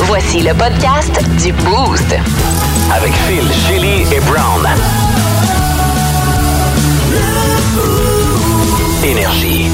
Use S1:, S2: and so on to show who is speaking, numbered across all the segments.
S1: Voici le podcast du Boost.
S2: Avec Phil, Chili et Brown. Énergie.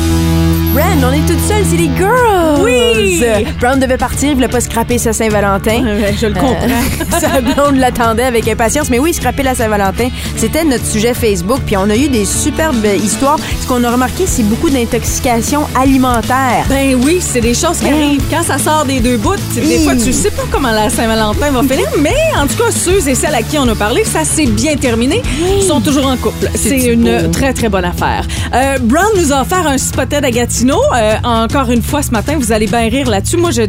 S3: Ren, on est toutes seules, c'est les girls!
S4: Oui!
S3: Brown devait partir, il voulait pas scraper sa Saint-Valentin. Euh,
S4: Ouais, je le comprends.
S3: sa blonde l'attendait avec impatience, mais oui, scraper la Saint-Valentin, c'était notre sujet Facebook, puis on a eu des superbes histoires. Ce qu'on a remarqué, c'est beaucoup d'intoxication alimentaire.
S4: Ben oui, c'est des choses qui
S3: Hein?
S4: arrivent. Quand ça sort des deux bouts, tu sais, des
S3: Hi.
S4: fois, tu sais pas comment la Saint-Valentin va finir, mais en tout cas, ceux et celles à qui on a parlé, ça s'est bien terminé, sont toujours en couple. C'est une très, très bonne affaire. Euh, Brown nous a offert un spotted à Gatineau. Euh, encore une fois, ce matin, vous allez bien rire là-dessus. Moi, je...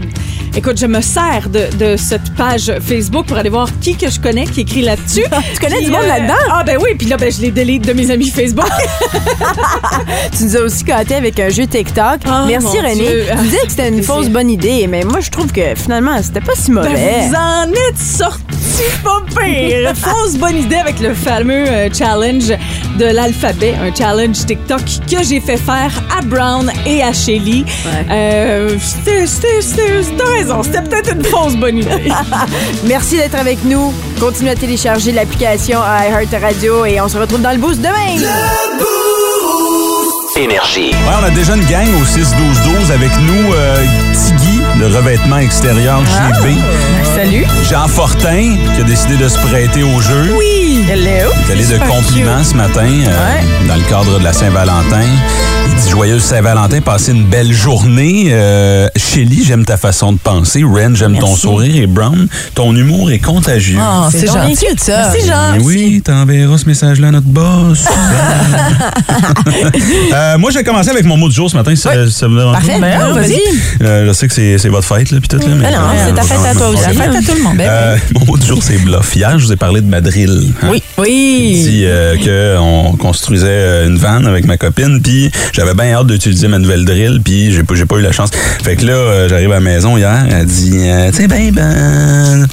S4: Écoute, je me sers de, de cette page Facebook pour aller voir qui que je connais qui écrit là-dessus.
S3: Tu connais
S4: Puis,
S3: du monde là-dedans?
S4: Ah ben oui, puis là, ben, je les délite de mes amis Facebook.
S3: Tu nous as aussi gâtés avec un jeu TikTok.
S4: Ah,
S3: Merci
S4: mon
S3: René.
S4: Dieu.
S3: Tu disais que c'était une
S4: Plaisir.
S3: fausse bonne idée, mais moi je trouve que finalement c'était pas si mauvais.
S4: Ben, vous en êtes sorti pas pire. Fausse bonne idée avec le fameux euh, challenge de l'alphabet, un challenge TikTok que j'ai fait faire à Brown et à Shelly. Euh, c'était- c'était- c'était- T'as raison, c'était peut-être une fausse bonne idée.
S3: Merci d'être avec nous. Continuez à télécharger l'application iHeartRadio et on se retrouve dans le boost demain.
S2: Énergie.
S5: Ouais, on a déjà une gang au 6-12-12 avec nous. euh, Tiggy, de revêtement extérieur JB.
S6: Ah.
S3: Salut.
S5: Jean Fortin, qui a décidé de se prêter au jeu.
S3: Oui. Hello.
S5: Il est allé de compliments ce matin euh, dans le cadre de la Saint-Valentin. Il dit Joyeuse Saint-Valentin, passez une belle journée. Euh, Shelly, j'aime ta façon de penser. Ren, j'aime ton sourire. Et Brown, ton humour est contagieux.
S6: Oh, c'est
S3: donc bien
S6: gentil de ça.
S3: Merci, Jean.
S5: Mais oui, t'enverras ce message-là à notre boss. Euh, moi, je vais commencer avec mon mot du jour ce matin. si Ça, ça vous dérange pas?
S6: Parfait.
S3: Ben,
S6: Ben, vas-y.
S5: Euh, je sais que c'est c'est votre fête, là, puis tout, là, mais...
S6: Hein,
S3: non, c'est ta fête à toi aussi.
S6: Ça
S3: Ben,
S6: fait à tout le monde. Ben,
S5: Euh, mon mot du jour, c'est bluff. Hier, je vous ai parlé de ma drill. hein.
S6: oui.
S5: Il
S6: Oui.
S5: dit euh, qu'on construisait euh, une vanne avec ma copine, puis j'avais bien hâte d'utiliser ma nouvelle drill, puis j'ai pas, j'ai pas eu la chance. Fait que là, euh, j'arrive à la maison hier, elle dit euh, Tu sais, ben, ben.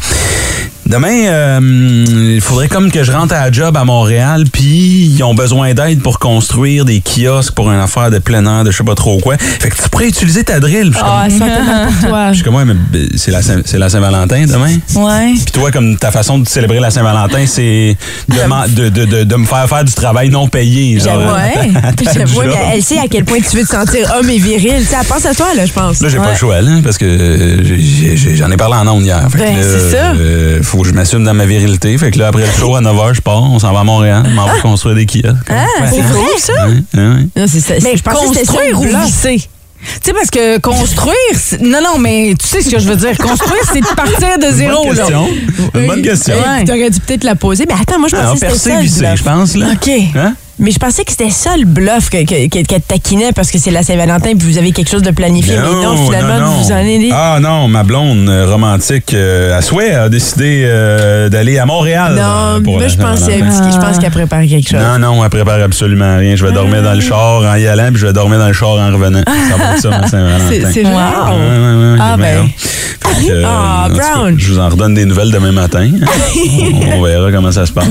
S5: Demain, euh, il faudrait comme que je rentre à la job à Montréal, puis ils ont besoin d'aide pour construire des kiosques pour une affaire de plein air, de je sais pas trop quoi. Fait que tu pourrais utiliser ta drill. Puis Je suis comme,
S6: Ah, ça va pour toi.
S5: je suis comme, Ouais, mais ben, c'est la Saint- c'est la Saint-Valentin demain?
S6: Ouais.
S5: Puis toi, comme ta façon de célébrer la Saint-Valentin, c'est de, m'en- de, de, de, de me faire faire du travail non payé. Genre,
S6: Ah Ouais.
S5: à ta
S6: Je
S5: job.
S6: vois, mais elle sait à quel point tu veux te sentir homme et viril. Tu sais, elle pense à toi, là, je pense.
S5: Là, j'ai pas
S6: Ouais.
S5: le choix, là, parce que euh, j'ai- j'ai- j'en ai parlé en ondes hier. Fait que
S6: Ben,
S5: là,
S6: c'est ça.
S5: euh, faut que je m'assume dans ma virilité. Fait que là, après le show, à 9h, je pars, on s'en va à Montréal, on m'en va construire des kiosques.
S6: Ah, c'est vrai, ça?
S5: Ouais, ouais, ouais.
S6: Non, c'est ça.
S3: Mais
S6: je pensais que c'était ça,
S3: construire
S6: le
S3: ou
S6: bloc.
S3: visser?
S6: Tu sais, parce que construire, c'est- non, non, mais tu sais ce que je veux dire. Construire, c'est de partir de zéro.
S5: Bonne
S6: là.
S5: question. Une
S6: Oui.
S5: bonne question. Ah,
S6: Ouais. Tu aurais dû peut-être la poser. Mais attends, moi, je
S5: Alors,
S6: pensais que
S5: percer,
S6: c'était
S5: visser,
S6: ça. le
S5: je
S6: bluff.
S5: pense, là.
S6: OK.
S5: Hein?
S6: Mais je pensais que c'était ça le bluff que- que- que- qu'elle te taquinait parce que c'est la Saint-Valentin et vous avez quelque chose de planifié. mais non, finalement,
S5: non.
S6: vous en allez.
S5: Ah non, ma blonde euh, romantique euh, à souhait a décidé euh, d'aller à Montréal. euh,
S6: non,
S5: pour
S6: moi,
S5: la
S6: je pensais
S5: Saint-Valentin.
S6: je pense qu'elle prépare quelque chose. Ah.
S5: Non, non, elle prépare absolument rien. Je vais dormir dans le char en y allant, puis je vais dormir dans le char en revenant. Ça va être ça, ma Saint-Valentin.
S6: C'est- c'est vrai.
S5: Ouais, ouais, ouais, j'ai bien
S6: Ah, ben.
S5: hâte. Fait que, euh,
S6: Ah,
S5: en tout cas,
S6: Brown.
S5: Je vous en redonne des nouvelles demain matin. on, on verra comment ça se passe.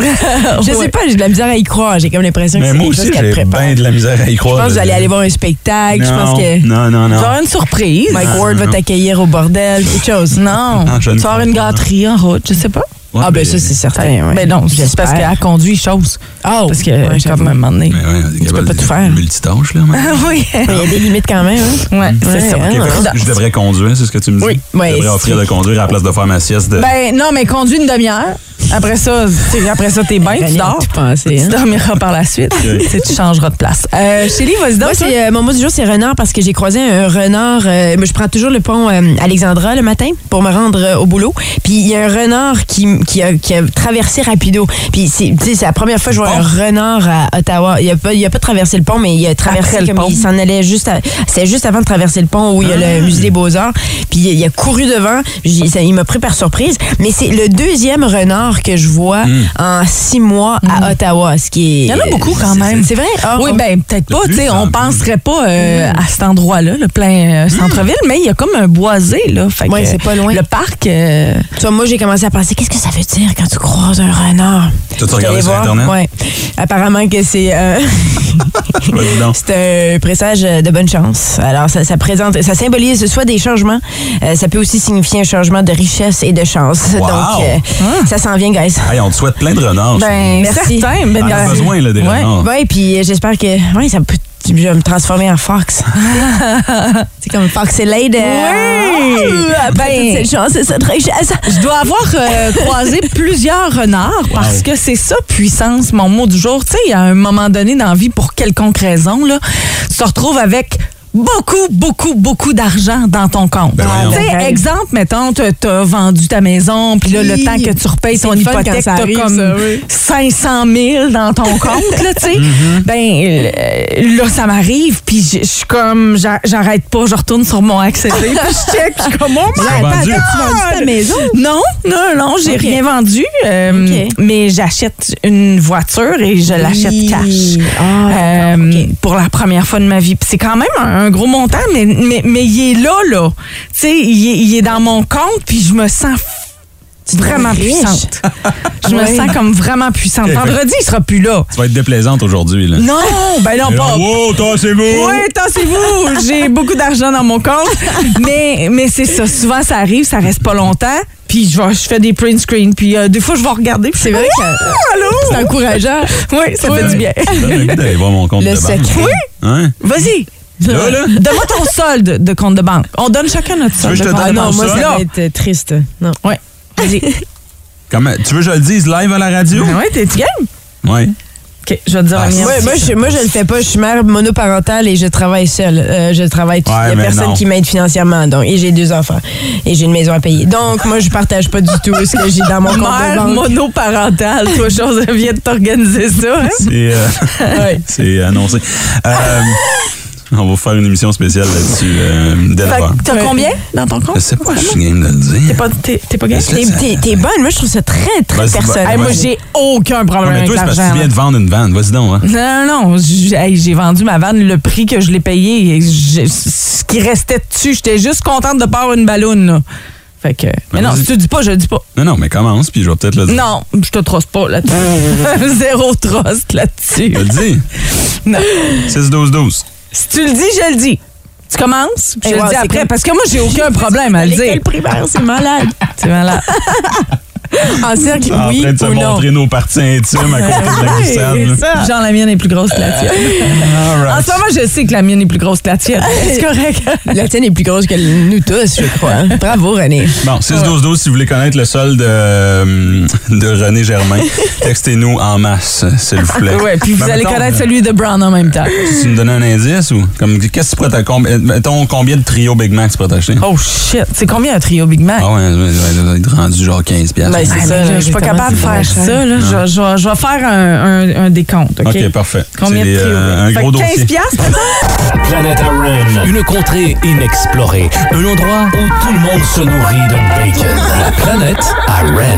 S6: Je sais pas, j'ai de la misère à y croire. J'ai comme l'impression que
S5: Mais
S6: c'est
S5: moi
S6: quelque
S5: aussi,
S6: chose qu'elle
S5: j'ai
S6: prépare.
S5: bien de la misère à y
S6: Je
S5: croire.
S6: pense que vous allez aller voir un spectacle. Je pense que.
S5: Non, non, non.
S6: Tu vas avoir une surprise. Mike Ward va t'accueillir au bordel, quelque chose. Non.
S5: Non, je ne
S6: tu vas avoir une
S5: crois pas.
S6: gâterie en route, je sais pas.
S5: Ouais,
S6: ah, ben
S5: mais-
S6: ça, c'est certain.
S3: ouais.
S6: Ben non, c'est
S3: J'espère.
S6: parce qu'elle conduit chose. Ah, Parce que,
S3: ouais,
S6: comme à un moment donné.
S5: Mais ouais, on est capable
S6: pas
S5: de-
S6: tout faire.
S5: Multitâche, là. man.
S6: oui.
S3: Il y a des limites quand même. hein.
S6: Ouais,
S3: Ouais,
S6: c'est ça.
S3: hein.
S5: Eh, Ok, fait que
S6: Prudence.
S5: je devrais conduire, c'est ce que tu me dis?
S6: Oui, ouais,
S5: je devrais
S6: c'est-
S5: offrir de conduire à la place de faire ma sieste. De...
S6: Ben non, mais conduis une demi-heure. Après ça, tu sais, après ça, t'es bien, tu dors.
S3: pensé, hein?
S6: Tu dormiras par la suite. Tu sais, tu changeras de place. Euh, Chélie, vas-y donc.
S3: Moi,
S6: toi.
S3: c'est, euh, mon mot du jour, c'est renard parce que j'ai croisé un renard. euh, moi, je prends toujours le pont euh, Alexandra le matin pour me rendre euh, au boulot. Puis il y a un renard qui, m- qui, a, qui a traversé rapido. Puis c'est tu sais, c'est la première fois que je vois un renard à Ottawa. Il a, pas, il a pas traversé le pont, mais il a traversé
S6: Après le
S3: comme
S6: pont. Ah.
S3: il s'en allait juste. à- C'est juste avant de traverser le pont où il y a le musée des Beaux-Arts. Puis il a couru devant. J'ai- ça- il m'a pris par surprise. Mais c'est le deuxième renard voitures que je vois en six mois à Ottawa, ce qui est...
S6: Hmm.
S3: euh,
S6: Il y en a beaucoup quand même.
S3: C'est vrai? Ah,
S6: oui,
S3: on-
S6: ben peut-être
S5: Le
S6: pas.
S5: plus Hmm.
S6: tu sais, on
S5: centre.
S6: penserait pas euh, à cet endroit-là, le plein euh, centre-ville, mais il y a comme un boisé là. Fait que,
S3: Ouais, c'est pas loin.
S6: Le parc. euh,
S3: Tu vois, moi, j'ai commencé à penser, qu'est-ce que ça veut dire quand tu croises un renard?
S5: T'as-tu
S3: J'étais
S5: regardé
S3: allée
S5: sur
S3: voir,
S5: Internet?
S3: Ouais. Apparemment que c'est euh,
S5: Bah, dis donc.
S3: c'est un présage de bonne chance. Alors, ça, ça présente, ça symbolise soit des changements, euh, ça peut aussi signifier un changement de richesse et de chance.
S5: Wow!
S3: Donc, euh,
S6: Ah.
S3: ça s'en vient, guys.
S5: Hey, on te souhaite plein de renards.
S6: ben,
S3: merci.
S6: certain, ben,
S5: On en a
S6: euh,
S5: besoin là, des
S6: ouais.
S5: renards.
S3: Ouais, puis euh, j'espère que ouais, ça peut. Je vais me transformer en fox. c'est comme fox et lady.
S6: Oui!
S3: ben, cette chance et cette richesse.
S6: Je dois avoir euh, croisé plusieurs renards parce que c'est ça, puissance, mon mot du jour. Tu sais, à un moment donné dans la vie, pour quelconque raison, là, tu te retrouves avec beaucoup, beaucoup, beaucoup d'argent dans ton compte.
S5: Ben voyons.
S6: tu
S3: Ben,
S6: sais, exemple, mettons, tu as vendu ta maison, puis là, le
S3: Oui.
S6: temps que tu repayes
S3: C'est
S6: ton
S3: le fun quand
S6: hypothèque,
S3: ça
S6: t'as
S3: arrive,
S6: comme
S3: ça, oui.
S6: 500 000 dans ton compte, là, tu sais.
S5: Mm-hmm.
S6: Ben, euh, là, ça m'arrive, puis je je suis comme, j'a- j'arrête pas, je retourne sur mon accès, puis je check, puis je suis comme, oh my
S5: J'ai vendu.
S6: God!
S5: Tu as
S3: vendu ta maison?
S6: Ah! Non, non, non, j'ai
S3: Ok.
S6: rien vendu, euh,
S3: Ok.
S6: mais j'achète une voiture et je l'achète
S3: Oui.
S6: cash.
S3: Ah,
S6: Euh,
S3: ok.
S6: Pour la première fois de ma vie. Puis C'est quand même un, un gros montant, mais, mais, mais il est là, là. Tu sais, il, est- il est dans mon compte, puis je me sens
S3: te
S6: vraiment
S3: trouves riche.
S6: puissante. Je me
S3: Oui.
S6: sens comme vraiment puissante.
S5: Ok, fait-
S6: Vendredi, il sera plus là.
S5: vas être déplaisante aujourd'hui. là.
S6: Non, ben non,
S5: Mais
S6: pas,
S5: non, Wow, toi, c'est vous!
S6: oui, tassez-vous. J'ai beaucoup d'argent dans mon compte. Mais, mais c'est ça. Souvent, ça arrive, ça reste pas longtemps. Puis je, vais- je fais des print screens. Puis euh, des fois, je vais regarder. Puis c'est vrai que c'est encourageant. Oui, ça fait du bien.
S5: Ça donne le goût d'aller voir mon compte
S3: Le
S5: de banque.
S3: secret.
S5: Hein?
S6: Vas-y. Euh,
S5: Là, là?
S6: Donne-moi ton solde de compte de banque. On donne chacun notre
S5: veux
S6: solde.
S5: que je
S6: de
S5: te
S6: compte
S5: donne
S6: de
S5: mon
S6: banque.
S5: solde?
S6: Là,
S3: va être triste. Non.
S6: Ouais. Vas-y.
S5: Comment- Tu veux que je le dise live à la radio?
S6: Ben ouais, t'es-tu game?
S5: Oui.
S6: OK, je vais te dire
S5: Ah,
S6: la mienne.
S3: Ouais, moi, je, moi, je le fais pas. Je suis mère monoparentale et je travaille seule. Euh, je travaille toute
S5: Ouais,
S3: Il y a
S5: mais
S3: personne
S5: non.
S3: qui m'aide financièrement. Donc, et j'ai deux enfants. Et j'ai une maison à payer. Donc, moi, je partage pas du tout ce que j'ai dans mon compte de
S6: Mère
S3: banque.
S6: monoparentale, toi, chose, viens de t'organiser ça. hein?
S5: C'est euh,
S3: Ouais.
S5: c'est annoncé. Euh, on va faire une émission spéciale là-dessus euh, dès
S6: Fait
S5: l'heure.
S6: que T'as
S3: Ouais.
S6: combien dans ton compte?
S5: Je sais pas, je suis game de le dire.
S6: T'es pas, t'es- t'es pas game?
S5: Laisse-le
S3: T'es- T'es t'es bonne. Moi, je trouve ça très, très
S5: Ben, c'est bon.
S3: personnel.
S5: Hey,
S6: Moi, j'ai aucun
S5: Non,
S6: problème
S5: mais
S6: avec
S5: toi, c'est parce que
S6: l'argent.
S5: tu viens de vendre une vanne. Vas-y donc. Hein.
S6: là. Non, non, non. j- hey, J'ai vendu ma vanne, le prix que je l'ai payé, et je- ce qui restait dessus. J'étais juste contente de pas avoir une balloune. là. Fait que. Mais
S5: Ben,
S6: non,
S5: vas-y.
S6: si tu le dis pas, je le dis pas.
S5: Non, non, mais commence, puis je vais peut-être le dire.
S6: Non, je te trosse pas là-dessus. Zéro trust là-dessus.
S5: Je le dis.
S6: Non.
S5: 6-12-12.
S6: Si tu le dis, je le dis. Tu commences, puis je
S3: Hey,
S6: le
S3: wow,
S6: dis
S3: c'est
S6: après.
S3: comme-
S6: Parce que moi, j'ai aucun problème à le dire.
S3: L'école primaire, c'est malade.
S6: C'est malade.
S3: En cercle,
S5: en
S3: oui
S5: train de se
S3: ou non.
S5: montrer nos parties intimes à côté de la glissade. là.
S6: Ah, Genre, la mienne est plus grosse que la tienne.
S5: All
S6: En
S5: right.
S6: ce moment, je sais que la mienne est plus grosse que la tienne. Ah, C'est correct.
S3: La tienne est plus grosse que nous tous, je crois. Bravo, René.
S5: Bon, 6-12-12, si vous voulez connaître le solde euh, de René Germain, textez-nous en masse, s'il vous plaît.
S6: Ouais, puis vous
S5: Ben,
S6: allez
S5: mettons, euh,
S6: connaître celui de Brown en même temps.
S5: Tu me donnes un indice ou comme qu'est-ce que tu prêtes à com- euh, mettons, combien de trio Big Mac tu prêtes à acheter?
S6: Oh shit, c'est combien un trio Big Mac?
S5: Ah ouais, ouais, ouais, ouais, doit être rendu genre 15 piastres.
S3: Ben, c'est
S6: Ah,
S3: ça,
S6: mais je suis pas
S3: exactement,
S6: capable de
S3: c'est
S6: faire
S3: vraiment
S6: ça. Là. Je, je vais- je vais faire un, un- un décompte. OK,
S5: OK, parfait.
S6: Combien
S5: C'est
S6: de
S5: des,
S6: trio?
S5: euh, un gros
S6: 15
S5: dossier.
S6: piastres?
S7: Planète Aren, une contrée inexplorée, un endroit où tout le monde se nourrit de bacon. La planète Aren.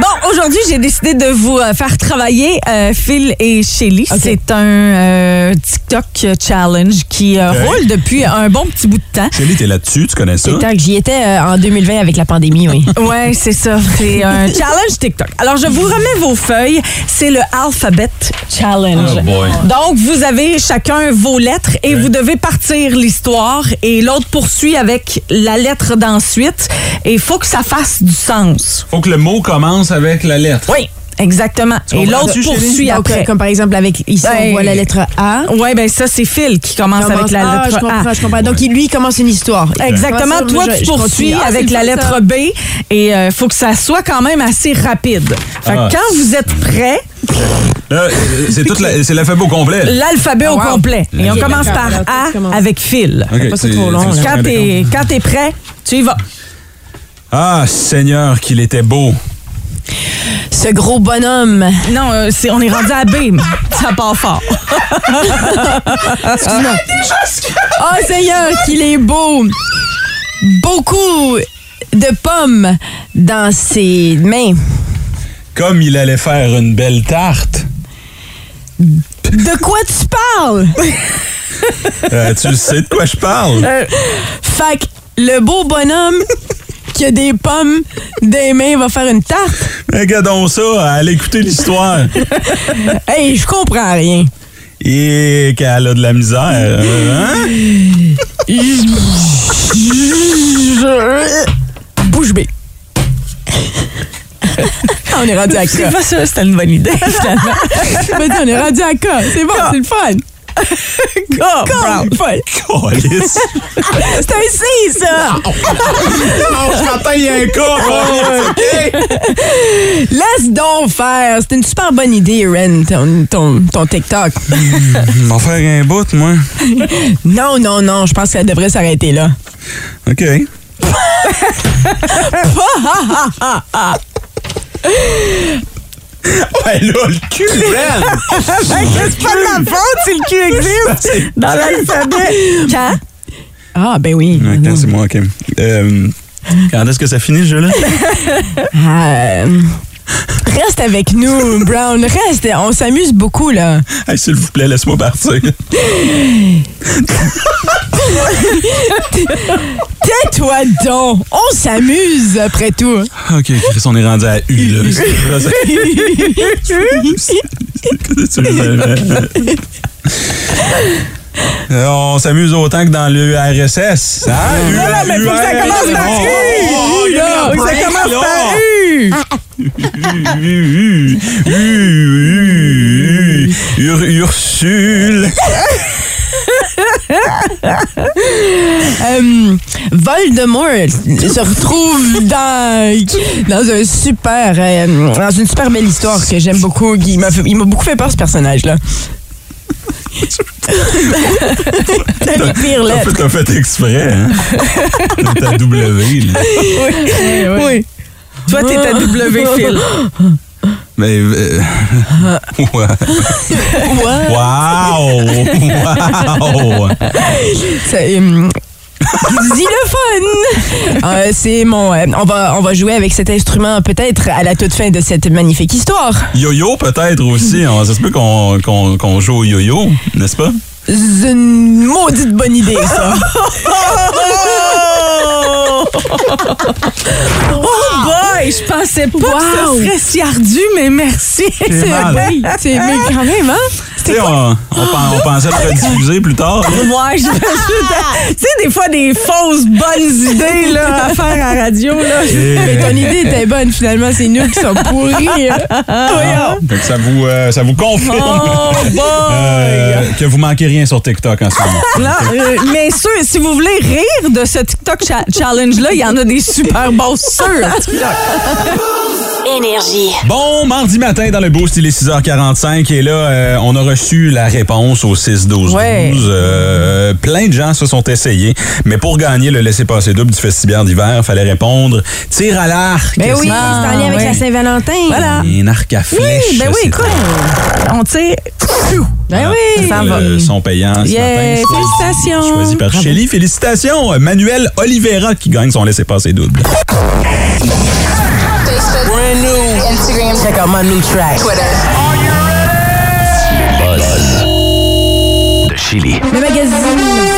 S6: Bon, aujourd'hui, j'ai décidé de vous euh, faire travailler euh, Phil et Shelly.
S3: OK.
S6: C'est un euh, TikTok challenge qui euh,
S5: OK.
S6: roule depuis un bon petit bout de temps.
S5: Shelly, t'es là-dessus, tu connais ça?
S3: Tant que j'y étais euh, en 2020 avec la pandémie, oui.
S6: Ouais, c'est ça. C'est un challenge TikTok. Alors, je vous remets vos feuilles. C'est le Alphabet Challenge.
S5: Oh boy.
S6: Donc, vous avez chacun vos lettres et vous devez partir l'histoire et l'autre poursuit avec la lettre d'ensuite. Et il faut que ça fasse du sens.
S5: Faut que le mot commence avec la lettre.
S6: Oui, exactement. Et
S5: comprends-tu,
S6: l'autre
S5: chérie?
S6: poursuit
S3: Donc, euh,
S6: après.
S3: Comme par exemple, avec ici,
S6: Ben,
S3: on voit la lettre A.
S6: Oui, ben ça, c'est Phil qui commence
S3: Commence-
S6: avec la
S3: ah,
S6: lettre
S3: je comprends,
S6: A.
S3: je comprends. Donc, il- lui, il commence une histoire.
S6: Exactement.
S3: Moi,
S6: Toi,
S3: je-
S6: tu
S3: je
S6: poursuis
S3: continue. Ah,
S6: avec
S3: c'est
S6: la
S3: le fun,
S6: lettre
S3: ça.
S6: B et euh, faut que ça soit quand même assez rapide. Fait que
S5: Ah.
S6: quand vous êtes prêts,
S5: Là, euh, c'est toute la- c'est l'alphabet au complet. là.
S6: l'alphabet
S3: Ah, wow.
S6: au complet. Et on
S5: Ok.
S6: commence par
S3: Alors, toi, tu
S6: A
S3: commences.
S6: avec Phil.
S5: Ok,
S3: pas ça
S5: c'est-
S3: trop long,
S5: c'est-
S3: là.
S6: Quand t'es quand t'es prêt, tu y vas.
S5: Ah, Seigneur, qu'il était beau.
S3: Ce gros bonhomme.
S6: Non, euh, c'est on est rendu à B. Ça part fort. Ah,
S3: Oh Seigneur, qu'il est beau! Beaucoup de pommes dans ses mains.
S5: comme il allait faire une belle tarte,
S3: De quoi tu parles?
S5: euh, tu sais de quoi je parle?
S3: Euh, fait que le beau bonhomme qui a des pommes des mains va faire une tarte.
S5: Regardons ça, allez écouter l'histoire.
S3: Hey, je comprends rien.
S5: Et qu'elle a de la misère. euh, hein?
S3: Bouche bée. Ah, on est rendu à
S6: C'est
S3: cas.
S6: pas ça, c'était une bonne idée. finalement.
S3: Je me dis, on est rendu à cas. C'est bon, c'est le fun. Cas, Brown. Fun.
S5: Oh, Câlisse.
S3: C'est un C, ça!
S5: Non, je m'entends, Oh, il y a un cas. OK.
S3: Laisse donc faire! C'est une super bonne idée, Ren, ton, ton, ton TikTok.
S5: Ils vont faire un bout, moi.
S3: Non, non, non, je pense qu'elle devrait s'arrêter là.
S5: OK. Ouais, là, le cul, man!
S3: c'est pas de la faute si le cul existe dans l'alphabet. Quand? Ah, ben oui.
S5: Ouais, quand c'est moi, OK. Euh, quand est-ce que ça finit, ce jeu-là?
S3: Ah, euh, reste avec nous, Brown. Reste. On s'amuse beaucoup, là.
S5: Hey, S'il vous plaît, laisse-moi partir.
S3: Tais-toi donc. On s'amuse, après tout.
S5: OK, Chris, on est rendu à U, là. Qu'est-ce que tu veux faire? Euh, On s'amuse autant que dans l'URSS. Hein? Non, non, mais faut que ça
S3: commence par
S5: oh,
S3: U, là. Faut que Ah, ça commence par U.
S5: U, U, U, U, Ur- Ursule.
S3: Euh, Voldemort se retrouve dans, dans un super, euh, dans une super belle histoire que j'aime beaucoup. Il m'a fait- il m'a beaucoup fait peur, ce personnage-là. T'as les
S5: T'as
S3: pires lettres.
S5: fait- t'as fait exprès, hein? T'as W, là.
S3: Oui.
S6: Toi, t'es à W, Phil.
S5: Mais. euh, ouais. Wow! Wow!
S3: C'est, hum, xylophone. Euh, c'est mon. euh, on va, on va jouer avec cet instrument peut-être à la toute fin de cette magnifique histoire.
S5: Yo-yo, peut-être aussi. On- Ça se peut qu'on qu'on- qu'on joue au yo-yo, n'est-ce pas?
S3: C'est une maudite bonne idée, ça.
S6: Boy, je pensais pas
S3: Wow.
S6: que ce serait si ardu, mais merci.
S5: C'est mal, hein?
S3: Oui, c'est mais quand même, hein?
S5: Tu sais, on, on pen- on pensait le rediffuser plus tard. là.
S6: Ouais, je Tu sais, des fois, des fausses bonnes idées là, à faire à la radio. Là.
S3: Mais ton idée était bonne, finalement, c'est nous qui sommes pourris. hein.
S5: Ah, fait que ça vous, euh, ça vous confirme euh, que vous manquez rien sur TikTok en ce moment.
S6: Là, euh, mais sûr, si vous voulez rire de ce TikTok cha- challenge-là, il y en a des super bons sûrs.
S1: Énergie.
S5: Bon, mardi matin dans le boost, il est 6h45 et là, euh, on a reçu la réponse au 6-12-12.
S3: Ouais.
S5: Euh, plein de gens se sont essayés, mais pour gagner le laissez-passer double du festival d'hiver, fallait répondre tir à l'arc.
S3: Ben oui, c'est
S6: Ah,
S3: en lien avec
S6: ouais.
S3: la Saint-Valentin.
S6: Voilà.
S5: Un arc à flèche.
S6: ben oui,
S5: c'est-
S6: écoute, on tire.
S3: Ben oui.
S6: Ça va.
S5: Euh, sont payants. ce
S2: Ben,
S6: Yeah,
S5: matin.
S6: félicitations.
S5: Choisi par Shelly. Félicitations, euh, Manuel Oliveira qui gagne son laissez-passer double.
S1: Instagram.
S3: Check out my new track.
S2: De Chili.
S3: Le magazine.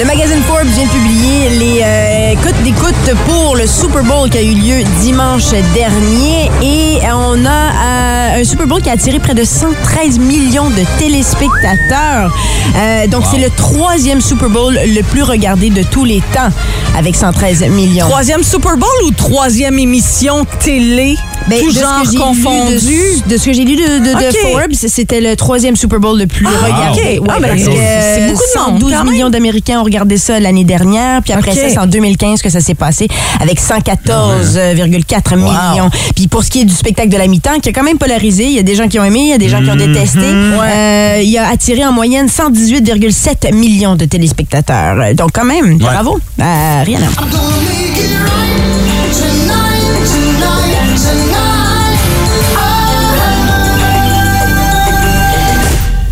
S3: Le magazine Forbes vient de publier les euh, cotes d'écoute pour le Super Bowl qui a eu lieu dimanche dernier. Et on a euh, un Super Bowl qui a attiré près de 113 millions de téléspectateurs. Euh, donc, c'est le troisième Super Bowl le plus regardé de tous les temps avec 113 millions.
S6: Troisième Super Bowl ou troisième émission télé?
S3: Ben,
S6: tout
S3: de ce que
S6: genre
S3: j'ai lu
S6: confondu.
S3: De, de ce que j'ai lu de, de- de
S6: Ok.
S3: Forbes, c'était le troisième Super Bowl le plus regardé.
S5: ok.
S3: Ouais,
S6: Ah, ben,
S3: parce que
S6: c'est beaucoup de monde,
S3: 112
S6: quand même.
S3: millions d'Américains ont regardé ça l'année dernière. Puis après
S6: Ok.
S3: ça, c'est en 2015 que ça s'est passé avec 114,4 millions. Puis pour ce qui est du spectacle de la mi-temps, qui a quand même polarisé, il y a des gens qui ont aimé, il y a des gens qui ont
S6: Mhm.
S3: détesté. Euh, il a attiré en moyenne 118,7 millions de téléspectateurs. Euh, Donc quand même, bravo. Euh, rien à
S8: I'm gonna make it right tonight, tonight, tonight. Oh.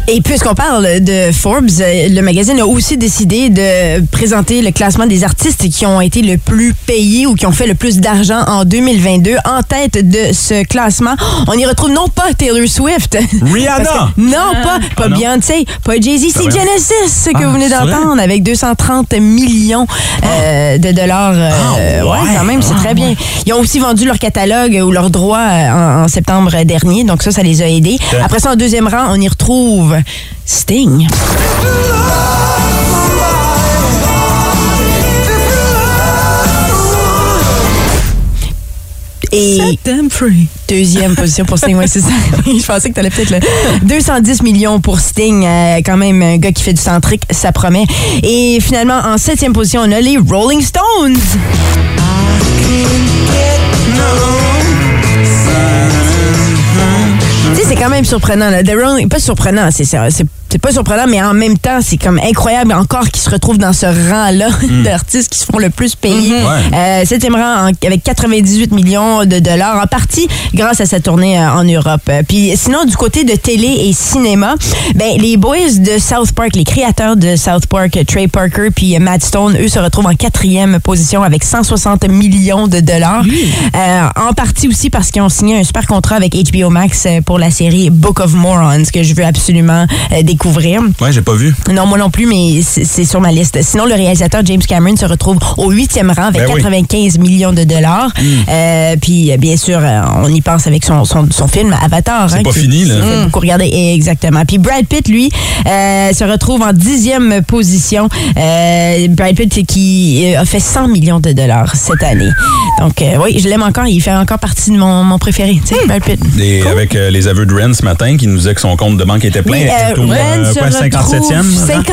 S3: Et puisqu'on parle de Forbes, euh, le magazine a aussi décidé de présenter le classement des artistes qui ont été le plus payés ou qui ont fait le plus d'argent en 2022. En tête de ce classement, on y retrouve non pas Taylor Swift.
S5: Rihanna!
S3: Parce que- non, pas, pas
S5: Ah, non.
S3: Beyoncé, pas Jay-Z, c'est
S5: Ben voyons.
S3: Genesis ce que
S5: Ah,
S3: vous venez
S5: c'est vrai?
S3: d'entendre avec 230 millions euh, de dollars. euh,
S5: Ah,
S3: ouais,
S5: ouais.
S3: quand même, c'est très bien. Ils ont aussi vendu leur catalogue ou leurs droits euh, en, en septembre dernier, donc ça, ça les a aidés.
S5: Ouais.
S3: Après ça, en deuxième rang, on y retrouve Sting. Et Deuxième position pour Sting, ouais, c'est ça. Je pensais que t'allais peut-être le 210 millions pour Sting, euh, quand même un gars qui fait du centrique, ça promet. Et finalement, en septième position, on a les Rolling Stones. Tu sais, c'est quand même surprenant. Là. The Rolling- pas surprenant, c'est ça. C'est c'est pas surprenant, mais en même temps, c'est comme incroyable encore qu'ils se retrouvent dans ce rang-là d'artistes qui se font le plus payer.
S5: Ouais.
S3: Euh, septième rang en- avec 98 millions de dollars, en partie grâce à sa tournée euh, en Europe. Euh, Puis sinon, du côté de télé et cinéma, ben, les boys de South Park, les créateurs de South Park, euh, Trey Parker puis euh, Matt Stone, eux se retrouvent en quatrième position avec 160 millions de dollars. Euh, en partie aussi parce qu'ils ont signé un super contrat avec HBO Max euh, pour la série Book of Morons que je veux absolument euh, découvrir.
S5: Ouais, j'ai pas vu.
S3: Non, moi non plus, mais c'est c'est sur ma liste. Sinon, le réalisateur James Cameron se retrouve au huitième rang avec
S5: Ben oui. Hmm.
S3: 95 millions de dollars. Euh, puis, euh, bien sûr, euh, on y pense avec son, son, son film Avatar. hein,
S5: C'est pas
S3: qui-
S5: fini,
S3: qui
S5: là.
S6: Hmm.
S3: fait beaucoup regarder. Exactement. Puis Brad Pitt, lui, euh, se retrouve en dixième position. Euh, Brad Pitt qui euh, a fait 100 millions de dollars cette année. Donc, euh, oui, je l'aime encore. Il fait encore partie de mon, mon préféré, tu sais,
S6: Hmm.
S3: Brad Pitt.
S5: Et avec euh, les aveux de Ren ce matin qui nous disait que son compte de banque était plein.
S3: Oui,
S5: Elle
S3: euh,
S5: était au,
S3: Ren
S5: euh,
S3: se
S5: quoi, 57e.
S3: retrouve
S5: hein?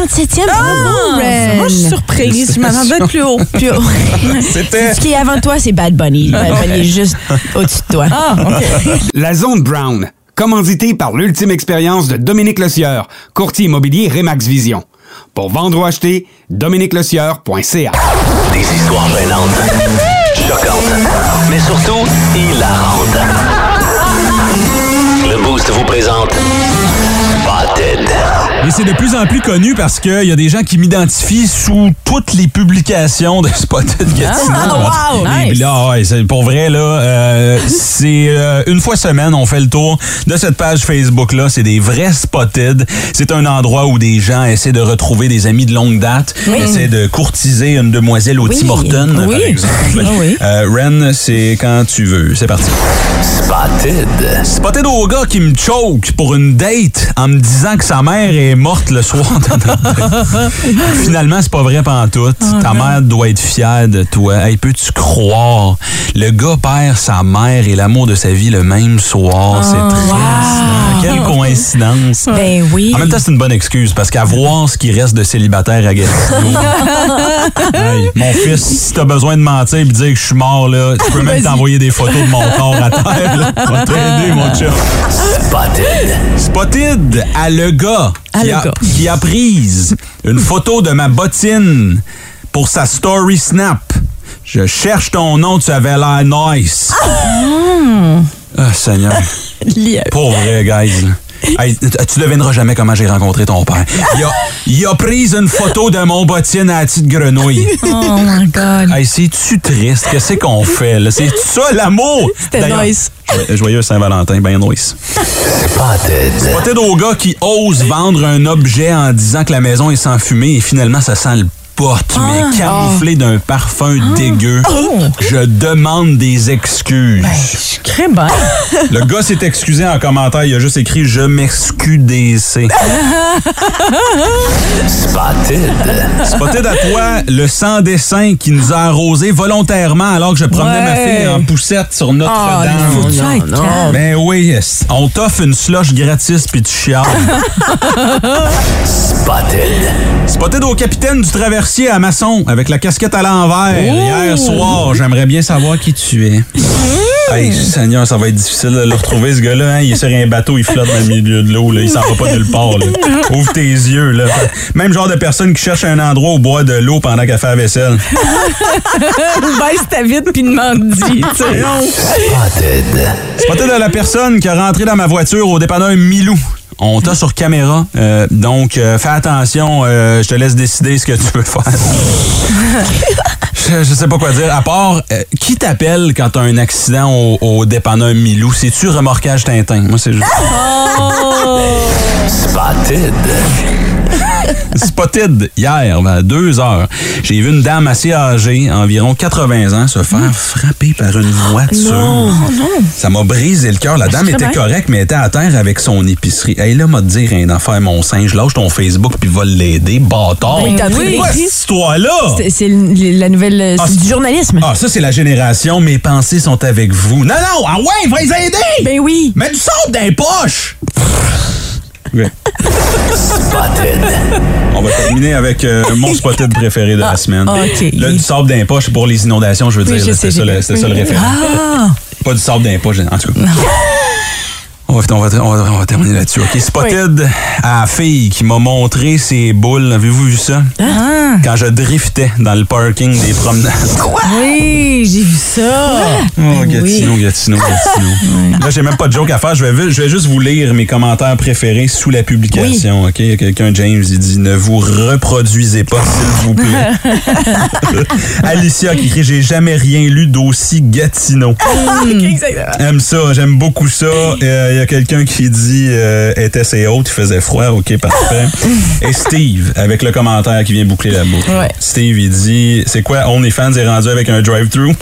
S3: 57e. Bravo, Ren.
S6: Moi, Ah, je suis surprise. Je m'attendais plus haut.
S3: Puis, oh,
S5: C'était-
S3: Ce qui est avant toi, c'est Bad Bunny. Bad Bunny est juste au-dessus de toi.
S6: Ah,
S9: La Zone Brown, commandité par l'ultime expérience de Dominique Lecieur, courtier immobilier Remax Vision. Pour vendre ou acheter, dominiquelecieur.ca.
S2: Des histoires gênantes, choquantes, mais surtout hilarantes. Le Boost vous présente Spotted.
S5: Et c'est de plus en plus connu parce qu'il y a des gens qui m'identifient sous toutes les publications de Spotted Gatineau.
S6: Ah, wow!
S5: Et puis là, ouais, c'est- pour vrai, là, euh, c'est euh, une fois semaine, on fait le tour de cette page Facebook-là. C'est des vrais Spotted. C'est un endroit où des gens essaient de retrouver des amis de longue date, essaient de courtiser une demoiselle au
S3: Oui.
S5: Tim Horton,
S3: Oui.
S5: par exemple.
S3: Ah oui.
S5: Euh, Ren, c'est quand tu veux. C'est parti.
S2: Spotted.
S5: Spotted au gars qui me choke pour une date en me disant que sa mère est morte le soir. Finalement, c'est pas vrai pantoute.
S3: Ah,
S5: Ta mère doit être fière de toi. Hey, peux-tu croire? Le gars perd sa mère et l'amour de sa vie le même soir.
S3: Ah,
S5: c'est triste. hein? Quelle coïncidence.
S3: Ben oui.
S5: En même temps, c'est une bonne excuse parce qu'à voir ce qui reste de célibataire à Gatineau. Hey, mon fils, si t'as besoin de mentir et dire que je suis mort, là, tu peux même t'envoyer des photos de mon corps à terre. Là. Ça va t'aider, mon chum.
S2: Spotted.
S5: Spotted à le gars qui, a, qui a prise une photo de ma bottine pour sa story snap. Je cherche ton nom, tu avais l'air nice. Ah, Seigneur. Pour vrai, guys. Hey, t- tu devineras jamais comment j'ai rencontré ton père. Il a, il a pris une photo de mon bottine à la petite grenouille.
S6: Oh my God.
S5: Hey, c'est-tu triste? Qu'est-ce qu'on fait? là? C'est ça l'amour?
S6: C'était
S5: D'ailleurs,
S6: nice.
S5: jo- Joyeux Saint-Valentin, ben nice.
S2: Spotted.
S5: Peut-être aux gars qui osent vendre un objet en disant que la maison est sans fumée et finalement ça sent le
S6: Ah.
S5: pote, mais camouflé d'un parfum dégueu.
S6: Oh.
S5: Je demande des excuses.
S6: Je crée bien.
S3: Ah,
S5: Le gars s'est excusé en commentaire, il a juste écrit Je m'excuse DC.
S2: Spotted.
S5: Spotted à toi, le sans-dessin qui nous a arrosé volontairement alors que je promenais ma fille en poussette sur Notre-Dame.
S6: Ah, Faut-tu être calme?
S5: Ben oui, yes. on t'offre une slush gratis puis tu chiales.
S2: Spotted.
S5: Spotted au capitaine du traversier à Masson avec la casquette à l'envers hier soir. J'aimerais bien savoir qui tu es.
S6: Mmh!
S5: Hey, Seigneur, ça va être difficile de le retrouver, ce gars-là. hein. Il est sur un bateau, il flotte dans le milieu de l'eau. là. Il s'en va pas nulle part. là. Ouvre tes yeux. Là. Même genre de personne qui cherche un endroit où boire de l'eau pendant qu'elle fait la vaisselle.
S6: Baisse ta vite puis demande tu sais.
S2: Spotted.
S5: Spotted à la personne qui a rentré dans ma voiture au dépanneur Milou. On t'a sur caméra, euh, donc euh, fais attention, euh, je te laisse décider ce que tu veux faire. je, je sais pas quoi dire, à part, euh, qui t'appelle quand t'as un accident au, au dépanneur Milou? C'est-tu remorquage Tintin? Moi, c'est juste...
S2: Spotted.
S5: Spotted hier, vers 2 heures, j'ai vu une dame assez âgée, environ 80 ans, se faire frapper par une voiture. Ça m'a brisé le cœur. La dame était correcte, mais elle était à terre avec son épicerie. Hey, là, m'a te dire un affaire, mon singe. Lâche ton Facebook puis va l'aider, bâtard.
S3: Ben, t'as pris
S5: C'est quoi
S3: les
S5: cette histoire-là?
S3: C'est- C'est le- la nouvelle. euh,
S5: Ah,
S3: c'est
S5: c'est-
S3: du journalisme.
S5: Ah, ça, c'est la génération. Mes pensées sont avec vous. Non, non, ah ouais, va les aider!
S3: Ben oui.
S5: Mets du sable dans les poches! On va terminer avec euh, mon spotted préféré de la semaine.
S6: Ah, ok.
S5: Là, du sable dans les poches pour les inondations, je veux
S6: Oui,
S5: dire.
S6: je
S5: là, C'est
S6: sais,
S5: ça,
S6: j'ai
S5: le- c'est ça le référent.
S6: Ah!
S5: Pas du sable dans les poches, en tout cas. On va, on, va, on va- on va terminer là-dessus. OK, Spotted à la fille qui m'a montré ses boules. Avez-vous vu ça?
S6: Ah.
S5: Quand je driftais dans le parking des promenades.
S6: Oui, j'ai vu ça.
S5: Oh, Gatineau, Gatineau, Gatineau. Là, j'ai même pas de joke à faire. Je vais, vu- je vais juste vous lire mes commentaires préférés sous la publication. OK? Il y a quelqu'un, James, il dit Ne vous reproduisez pas, s'il vous plaît. Alicia qui crie J'ai jamais rien lu d'aussi Gatineau. Aime ça, j'aime beaucoup ça. Euh, Il y a quelqu'un qui dit euh, était ses hautes, il faisait froid, ok, parfait. Et Steve, avec le commentaire qui vient boucler la boucle.
S6: Ouais.
S5: Steve, il dit C'est quoi, OnlyFans est rendu avec un drive-thru?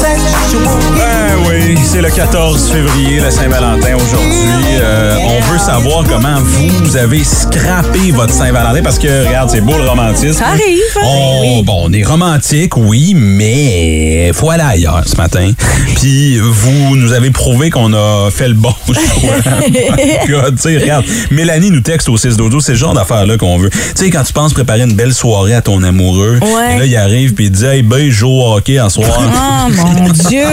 S5: Ben oui, c'est le 14 février, la Saint-Valentin aujourd'hui. Euh, on veut savoir comment vous avez scrappé votre Saint-Valentin parce que, regarde, c'est beau le romantisme.
S6: Ça arrive. hein? Ben
S5: On, bon, on est romantique, oui, mais faut aller ailleurs ce matin. Puis vous nous avez prouvé qu'on a fait le bon choix. My God, tu sais, regarde, Mélanie nous texte au 6 dodo, c'est le genre d'affaire-là qu'on veut. Tu sais, quand tu penses préparer une belle soirée à ton amoureux,
S6: Ouais.
S5: et là, il arrive puis il dit Hey, ben, je joue au hockey en soir.
S6: Oh mon Dieu!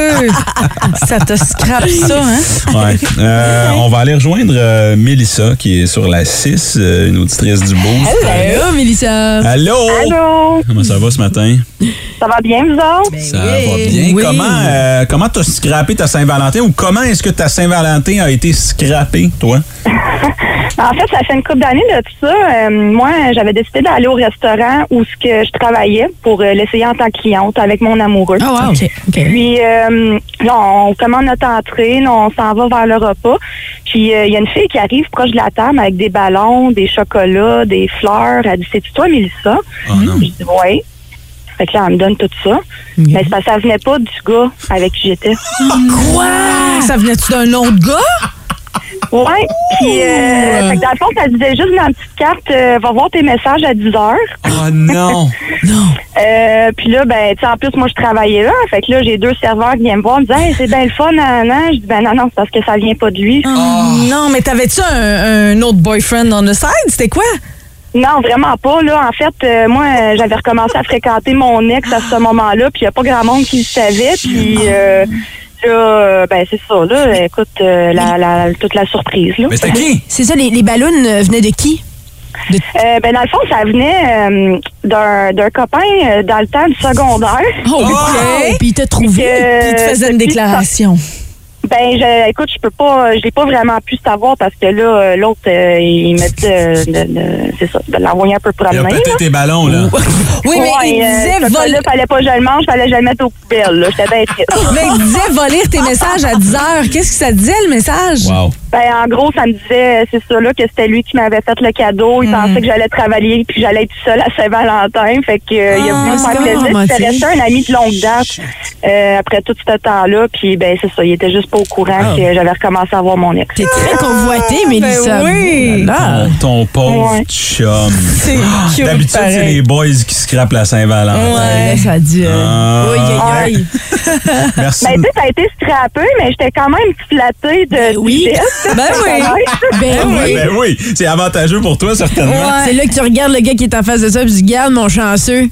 S6: Ça te scrape ça, hein?
S5: Ouais. Euh, on va aller rejoindre euh, Mélissa, qui est sur la 6, euh, une auditrice du Boost.
S3: Ben
S6: Hello, Mélissa.
S5: Allô? Comment ça va ce matin?
S10: Ça va bien, vous autres?
S5: Ça va bien.
S6: Oui.
S5: Comment euh, comment t'as scrappé ta Saint-Valentin ou comment est-ce que ta Saint-Valentin a été scrappée, toi?
S10: En fait, ça fait une couple d'années de tout ça. Euh, moi, j'avais décidé d'aller au restaurant où ce que je travaillais pour euh, l'essayer en tant que cliente avec mon amoureux.
S3: Ah, wow. OK. OK.
S10: Puis, euh, là, on commande notre entrée, là, on s'en va vers le repas. Puis, euh, il y a une fille qui arrive proche de la table avec des ballons, des chocolats, des fleurs. Elle dit, c'est-tu toi, Mélissa?
S5: Oh non.
S10: Je dis, oui. Fait que là, elle me donne tout ça. Mais c'est parce que ça venait pas du gars avec qui j'étais.
S6: Quoi? Ça venait-tu d'un autre gars?
S10: Ouais. Puis, euh, fait que dans le fond, ça disait juste dans la petite carte, euh, va voir tes messages à 10 heures.
S5: Oh non!
S10: Euh, puis là, ben, tu sais, en plus, moi, je travaillais là. Fait que là, j'ai deux serveurs qui viennent me voir, me disent, hey, c'est bien le fun, nan, nan. Je dis, ben, non, non, c'est parce que ça vient pas de lui.
S3: Oh.
S6: Non, mais t'avais-tu un, un autre boyfriend on the side? C'était quoi?
S10: Non, vraiment pas, là. En fait, euh, moi, euh, j'avais recommencé à fréquenter mon ex à ce moment-là, puis il y a pas grand monde qui le savait, puis, euh, là, euh, ben, c'est ça, là. Écoute, euh, la, la- toute la surprise, là.
S5: Mais c'était qui?
S3: C'est ça, les, les ballons euh, venaient de qui?
S10: Euh, ben, dans le fond, ça venait euh, d'un d'un copain euh, dans le temps du secondaire.
S6: Oh,
S3: Wow! Puis il t'a trouvé.
S10: Euh,
S6: Puis il te faisait une déclaration.
S10: Ben, je, écoute, je peux pas, je l'ai pas vraiment pu savoir parce que là, euh, l'autre, euh, il m'a dit de, de- de- c'est ça, de l'envoyer un peu
S5: Il a
S10: promener.
S5: pété tes ballons, là.
S6: Oui, mais il
S10: euh,
S6: disait
S10: ce
S6: voler.
S10: cas-là, fallait pas que je le mange, fallait que je le mette aux poubelles, là. J'étais bien triste.
S6: Mais il disait voler tes messages à 10 heures. Qu'est-ce que ça disait, le message?
S5: Wow.
S10: Ben, en gros, ça me disait, euh, c'est ça, là, que c'était lui qui m'avait fait le cadeau.
S6: Mm-hmm.
S10: Il pensait que j'allais travailler puis j'allais être seule à Saint-Valentin. Fait que, euh, il a
S6: Ah,
S10: voulu me
S3: c'est
S10: faire
S3: quand
S10: plaisir.
S3: même
S10: Puis C'était
S3: romantique.
S10: resté un ami de longue date, euh, après tout ce temps-là. Puis, ben, c'est ça, il était juste pas au courant
S6: Ah.
S10: que j'avais recommencé à voir mon ex.
S3: T'es très convoité, Mélissa.
S6: ben oui.
S3: Oh là là.
S5: Ton, ton pauvre
S10: Ouais.
S5: chum. Ah,
S6: C'est cute,
S5: D'habitude, c'est
S6: pareil.
S5: les boys qui scrapent la Saint-Valentin.
S3: Ouais, ça a dû. euh,
S5: Ah.
S3: aïe, aïe.
S5: Merci.
S10: Ben, tu sais, ça a été scrappé, mais j'étais quand même flattée de
S3: oui.
S10: du geste.
S6: Ben oui.
S3: Ben
S5: Ouais,
S3: oui.
S5: ben oui, c'est avantageux pour toi, certainement.
S3: C'est là que tu regardes le gars qui est en face de ça et tu dis Garde mon chanceux.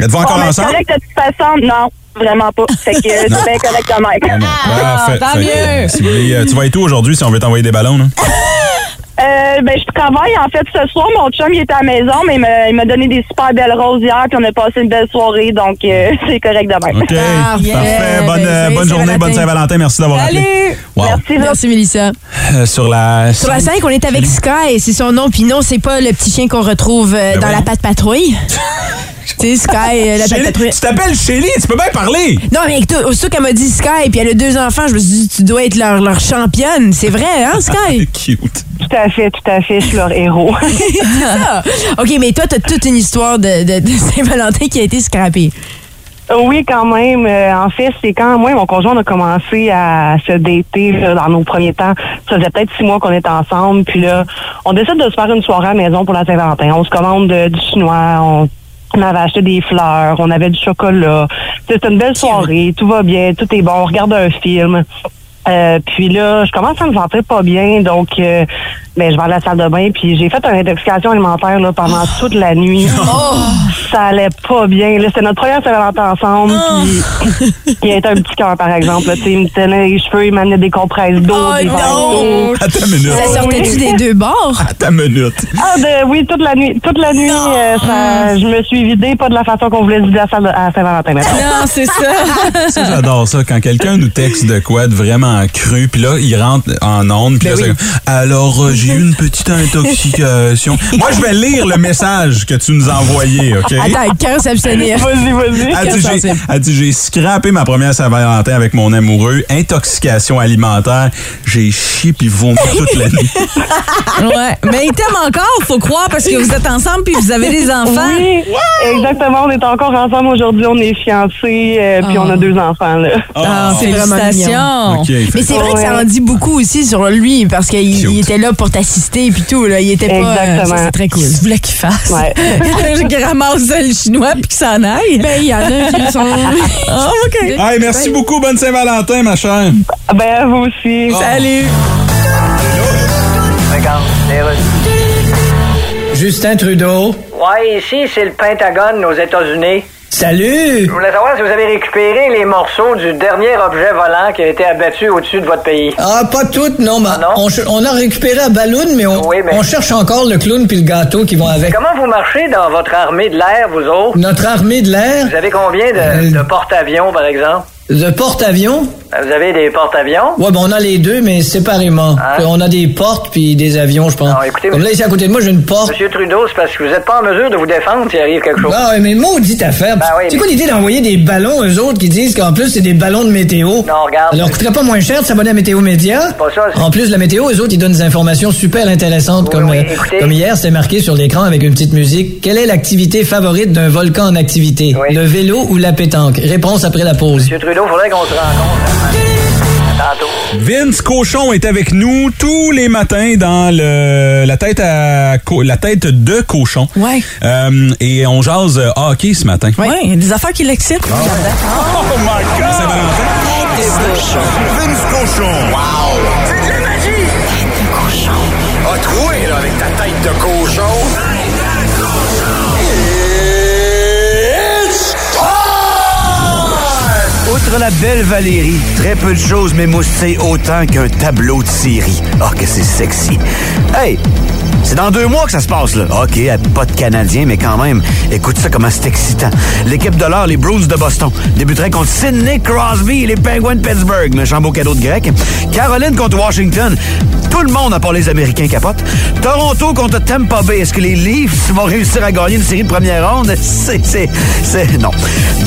S5: Êtes-vous
S10: Bon,
S5: encore
S10: ben, c'est
S5: ensemble?
S10: correct de toute façon. Non, vraiment pas. Fait que euh, c'est bien correct quand même.
S5: Ah,
S6: tant
S5: Fait que,
S6: mieux.
S5: si vous voulez, euh, tu vas être où aujourd'hui si on veut t'envoyer des ballons? là?
S10: Euh,
S11: euh, ben, je travaille en fait ce soir. Mon chum, il était à la maison, mais il m'a- il m'a donné des super belles roses hier, puis on a passé une belle soirée, donc euh, c'est correct de même.
S5: OK.
S3: Parfait.
S5: Parfait. Bonne, euh,
S3: Bonne
S5: bonne journée,
S3: Saint-Valentin.
S5: bonne Saint-Valentin. Merci d'avoir appelé. Wow.
S11: Merci,
S3: Merci, Mélissa.
S5: Euh, sur la.
S3: Sur la 5, on est avec Sky, c'est son nom, puis non, c'est pas le petit chien qu'on retrouve euh,
S5: Ben
S3: dans
S5: oui.
S3: la patte patrouille. tu sais, Sky, euh, la patte
S5: Shelly,
S3: patrouille.
S5: tu t'appelles Shelly, tu peux bien parler.
S3: Non, mais tout- aussitôt qu'elle m'a dit Sky, puis elle a deux enfants, je me suis dit, tu dois être leur, leur championne. C'est vrai, hein,
S5: Ah,
S3: Sky?
S5: Cute.
S11: Tout à fait, tout à fait, je suis leur héros.
S3: C'est ça. OK, mais toi, t'as toute une histoire de, de- de Saint-Valentin qui a été scrappée.
S11: Oui, quand même. Euh, en fait, c'est quand moi et mon conjoint on a commencé à se dater là, dans nos premiers temps. Ça faisait peut-être six mois qu'on était ensemble. Puis là, on décide de se faire une soirée à la maison pour la Saint-Valentin. On se commande euh, du chinois, on, on avait acheté des fleurs, on avait du chocolat. C'est une belle soirée, tout va bien, tout est bon, on regarde un film. Euh, puis là, je commence à me sentir pas bien, donc euh, ben, je vais à la salle de bain, puis j'ai fait une intoxication alimentaire là, pendant toute la nuit. Ça allait pas bien. là. C'était notre première Saint-Valentin ensemble,
S3: Oh.
S11: puis il était un petit cœur, par exemple. là. Tu sais, Il me tenait les cheveux, il m'amenait des compresses d'eau.
S3: Oh
S11: des verres d'eau.
S3: non!
S5: À ta minute.
S3: Ça sortait-tu des deux bords?
S5: À ta minute.
S11: Ah, de- oui, toute la nuit. Toute la nuit, euh, ça- je me suis vidée, pas de la façon qu'on voulait se vider à, Saint- à Saint-Valentin. mettons.
S6: Non, c'est ça.
S5: Ça, j'adore ça. Quand quelqu'un nous texte de quoi de vraiment cru, puis là, il rentre en onde,
S3: Ben
S5: puis là, c'est comme, Alors, euh, j'ai eu une petite intoxication. Moi, je vais lire le message que tu nous as envoyé, OK?
S3: Attends, cœur s'abstenir.
S11: Vas-y, vas-y.
S5: Elle dit, j'ai-
S3: sensible.
S5: elle dit, j'ai scrappé ma première Saint-Valentin avec mon amoureux. Intoxication alimentaire. J'ai chié puis vomi toute la nuit.
S6: Ouais. Mais il t'aime encore, faut croire, parce que vous êtes ensemble puis vous avez des enfants.
S11: Oui, exactement. On est encore ensemble aujourd'hui. On est fiancés, euh, puis
S3: Oh.
S11: on a deux enfants. Là.
S6: Ah,
S3: c'est vraiment
S6: félicitations.
S5: OK. fait-
S3: Mais c'est vrai que ça en
S11: Ouais.
S3: dit beaucoup aussi sur lui, parce qu'il il
S5: Cute.
S3: était là pour t'assister puis tout. Là. Il était pas. euh,
S11: Exactement.
S3: ça, c'est très cool.
S6: Tu voulais qu'il fasse.
S11: Ouais.
S6: Je ramasse le chinois puis qu'il s'en aille.
S3: Ben, il y en a qui sont.
S6: Ah, OK.
S5: Hey, merci beaucoup. Bonne Saint-Valentin, ma chère.
S11: Ben, à vous aussi.
S6: Salut.
S2: Justin Trudeau.
S12: Ouais, ici, c'est le Pentagone aux États-Unis.
S2: Salut!
S12: Je voulais savoir si vous avez récupéré les morceaux du dernier objet volant qui a été abattu au-dessus de votre pays.
S2: Ah, pas toutes, non, mais
S12: non?
S2: on, ch- on a récupéré un ballon, mais on,
S12: Oui, mais-
S2: on cherche encore le clown puis le gâteau qui vont avec.
S12: Comment vous marchez dans votre armée de l'air, vous autres?
S2: Notre armée de
S12: Vous
S2: l'air,
S12: avez combien de, de porte-avions, par exemple?
S2: le porte-avions,
S12: Euh, Vous avez des porte-avions?
S2: ouais, ben on a les deux, mais séparément.
S12: Ah.
S2: On a des portes puis des avions, je pense.
S12: Non, Ah, écoutez,
S2: Comme là, ici à côté de moi, j'ai une porte.
S12: Monsieur Trudeau, c'est parce que vous n'êtes pas en mesure de vous défendre s'il arrive quelque chose.
S2: Ah, ouais, mais maudite affaire.
S12: Ben oui,
S2: c'est
S12: mais-
S2: quoi l'idée d'envoyer des ballons aux autres qui disent qu'en plus, c'est des ballons de météo?
S12: Non, regarde.
S2: Ça leur coûterait pas moins cher de s'abonner à Météo Média?
S12: pas ça, c'est-
S2: En plus, la météo, eux autres, ils donnent des informations super intéressantes,
S12: Oui,
S2: comme,
S12: oui,
S2: euh,
S12: écoutez.
S2: comme hier, c'était marqué sur l'écran avec une petite musique. Quelle est l'activité favorite d'un volcan en activité?
S12: Oui.
S2: Le vélo ou la pétanque? Réponse après la pause.
S12: Monsieur Trudeau, faudrait qu'on se rencontre. à- Tantôt.
S5: Vince Cochon est avec nous tous les matins dans le, la tête à co- la tête de cochon.
S6: Ouais.
S5: Euh, et on jase euh, hockey ce matin. Oh
S6: Oui, il y a des affaires qui l'excitent.
S5: Saint-Valentin.
S7: Vince cochon. Wow! C'est de la magie! Tête de cochon. A troué, là, avec ta tête de cochon. It's time!
S2: Outre la belle Valérie, très peu de choses m'émoustillent autant qu'un tableau de série. Ah, que c'est sexy. Hey, c'est dans deux mois que ça se passe, là. OK, pas de Canadien, mais quand même, écoute ça comment c'est excitant. L'équipe de l'or, les Bruins de Boston, débuterait contre Sidney Crosby et les Penguins de Pittsburgh. Méchant beau cadeau de grec. Caroline contre Washington. Tout le monde, à part les Américains, capote. Toronto contre Tampa Bay. Est-ce que les Leafs vont réussir à gagner une série de première ronde? C'est, c'est, c'est, non.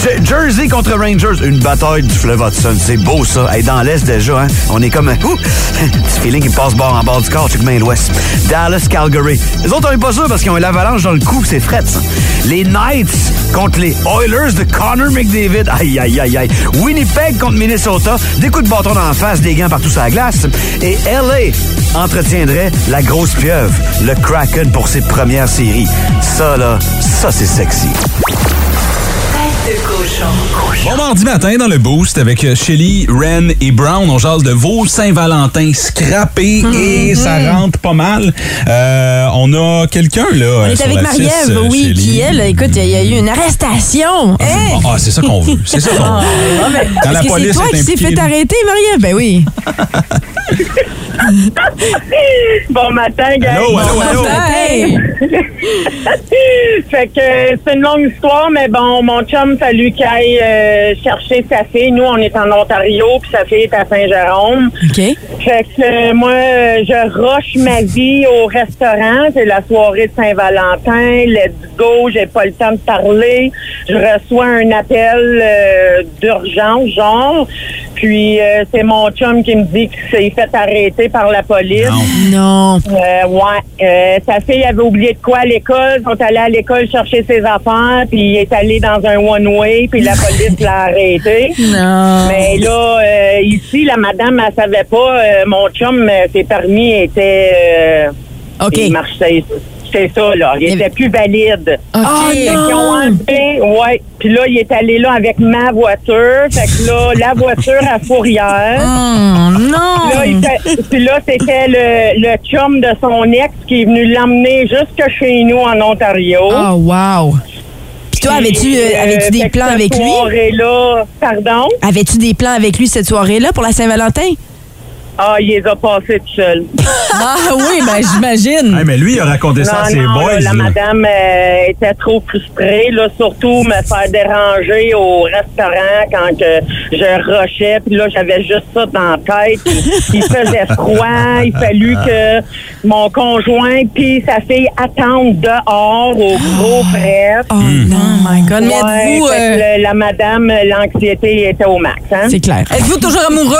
S2: Je- Jersey contre Rangers. Une bataille du fleuve Hudson. C'est beau, ça. Hey, dans l'Est, déjà, hein, on est comme un... Ouh! Petit feeling qui passe bord en bord du corps. Check bien l'Ouest. Dallas, Calgary. Les autres, on est pas sûr parce qu'ils ont une avalanche dans le cou. C'est fret, ça. Les Knights contre les Oilers de Connor McDavid. Aïe, aïe, aïe, aïe. Winnipeg contre Minnesota. Des coups de bâton dans la face, des gants partout sur la glace. Et LA entretiendrait la grosse pieuvre, le Kraken pour ses premières séries. Ça, là, ça, c'est sexy.
S13: Tête
S14: de cochon.
S5: Bon mardi matin dans le boost avec euh, Shelly, Ren et Brown. On jase de Veau Saint-Valentin scrappé
S3: Mm-hmm.
S5: et ça rentre pas mal. Euh, on a quelqu'un là.
S3: On est
S5: sur
S3: avec
S5: la
S3: Marie-Ève,
S5: piste, euh,
S3: oui,
S5: Shelly.
S3: qui, elle, écoute, il y a eu une arrestation. Hein?
S5: Ah, c'est ça qu'on veut. C'est ça qu'on veut.
S3: Ah, ben,
S5: Quand la
S3: Parce que c'est
S5: police
S3: toi
S5: est
S3: qui s'est
S5: impliquée,
S3: fait
S5: là.
S3: arrêter, Marie-Ève? Ben oui.
S8: bon matin, gars.
S14: Allô,
S5: Oh,
S14: allô,
S8: bon
S14: allô.
S8: fait que euh, c'est une longue histoire, mais bon, mon chum, fallu qu'il aille euh, chercher sa fille. Nous, on est en Ontario, puis sa fille est à Saint-Jérôme.
S3: OK.
S8: Fait que euh, moi, euh, je roche ma vie au restaurant. C'est la soirée de Saint-Valentin. Let's go. J'ai pas le temps de parler. Je reçois un appel euh, d'urgence, genre. Puis euh, c'est mon chum qui me dit qu'il s'est fait arrêter par la police.
S3: Non.
S8: Euh, ouais. Euh, sa fille avait oublié de quoi à l'école. Ils sont allés à l'école chercher ses enfants. Puis il est allé dans un one-way. Puis la police l'a arrêté.
S3: Non.
S8: Mais là, euh, ici, la madame, elle savait pas. euh, mon chum, euh, ses permis étaient. euh,
S3: OK.
S8: ils marchaient. C'est ça, là. Il était plus valide.
S3: OK.
S8: Fait qu'ils ont enlevé, ouais. Puis là, il est allé là avec ma voiture. Fait que là, la voiture à fourrière.
S3: Ah. non!
S8: Là, il était- puis là, c'était le, le chum de son ex qui est venu l'emmener jusque chez nous en Ontario.
S3: Oh, wow! Puis toi, avais-tu euh, avais-tu des plans avec lui?
S8: là pardon?
S3: Avais-tu des plans avec lui cette soirée-là pour la Saint-Valentin?
S8: Ah, il les a passés tout seul.
S6: Ah oui, ben j'imagine.
S5: Hey, mais lui, il a raconté ça à ses boys.
S8: La
S5: là.
S8: madame euh, était trop frustrée, là, surtout me faire déranger au restaurant quand que je rushais. Puis là, j'avais juste ça dans la tête. Il faisait froid. Il fallut que mon conjoint puis sa fille attendent dehors au gros prêtre.
S3: Oh non, my
S6: Ah.
S3: God.
S6: Mais êtes-vous,
S3: euh,
S6: euh,
S8: la madame, l'anxiété était au max. Hein?
S3: C'est clair.
S6: Êtes-vous toujours amoureux?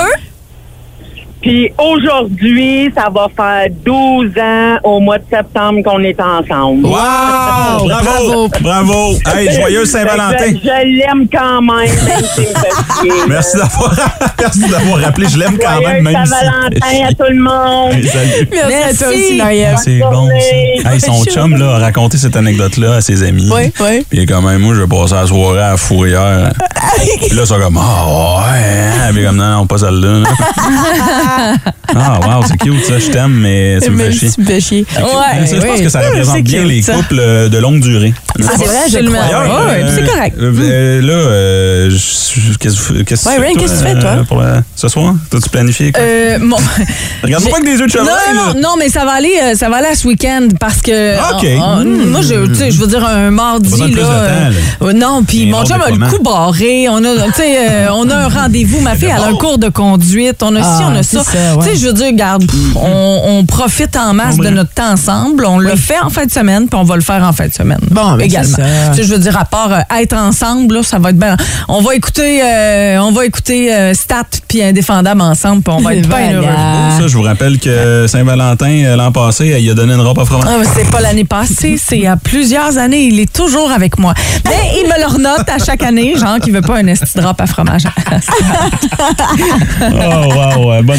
S8: Puis aujourd'hui, ça va faire 12 ans au mois de septembre qu'on est ensemble.
S5: Wow! Bravo! Bravo! Hey,
S8: ben,
S5: joyeux Saint-Valentin!
S8: Je, je l'aime quand même, même s'il me fait chier.
S5: Merci d'avoir merci d'avoir rappelé. Je l'aime quand même,
S8: Joyeux
S5: même si.
S8: Saint-Valentin à tout le monde.
S5: Hey, salut.
S3: Merci à toi aussi, Marie-Ève.
S5: C'est bon, ça. Hey, son chum là, a raconté cette anecdote-là à ses amis.
S3: Oui, oui.
S5: Puis il est quand même, moi, je vais passer la soirée à la fourrière. Puis là, ils sont comme, ah ouais. hein? Puis comme, non, non, pas celle-là. là. ah, wow, c'est cute, ça. Je t'aime, mais tu me fais
S3: Mais
S5: chier.
S3: tu me fais chier.
S5: C'est cute.
S3: Ouais,
S5: Ça, je pense
S3: ouais.
S5: que ça représente
S3: C'est
S5: bien
S3: cute,
S5: les
S3: ça.
S5: couples euh, de longue durée.
S3: Ah, c'est vrai, je le
S5: D'ailleurs,
S3: Ouais,
S5: euh,
S3: c'est correct. Mm.
S5: euh, euh, là, euh, je- qu'est-ce que qu'est-ce que
S3: Ouais, Ray, qu'est-ce que tu fais, toi?
S5: euh, pour la- ce soir, t'as-tu planifié? quoi?
S6: Euh, mon-
S5: Regarde-moi pas avec des yeux de cheval.
S6: Non, non,
S5: là.
S6: non, mais ça va aller, euh, ça va aller à ce week-end parce que.
S5: OK.
S6: Ah, ah, moi, je, tu sais, je veux dire un mardi
S5: Pas besoin
S6: là.
S5: de plus de
S6: euh,
S5: temps,
S6: euh, non, puis
S5: Mais
S6: mon
S5: on
S6: chum a le
S5: déploiement.
S6: coup barré. On a, tu sais, euh, on a un rendez-vous. Ma fille, elle a un cours de conduite. On a ci,
S3: Ah,
S6: on a
S3: c'est
S6: ça.
S3: ça, ouais.
S6: Tu sais, je veux dire, regarde, pff, on, on profite en masse de notre temps ensemble. On le fait en fin de semaine, puis on va le faire en fin de semaine.
S3: Bon, ben,
S6: également.
S3: c'est ça.
S6: Tu sais, je veux dire, à part euh, être ensemble, là, ça va être bien. On va écouter, euh, on va écouter euh, Stat puis Indéfendable ensemble, puis on va être bien
S3: Voilà.
S6: heureux.
S5: Oh, Ça, je vous rappelle que Saint-Valentin, euh, l'an passé, il a donné une robe à fromage.
S6: Ah, mais c'est pas l'année passée, c'est il y a plusieurs années. Il est toujours avec moi. Mais il me le renote à chaque année, genre qu'il veut pas un esti de rap à fromage.
S5: Oh, wow, euh, bonne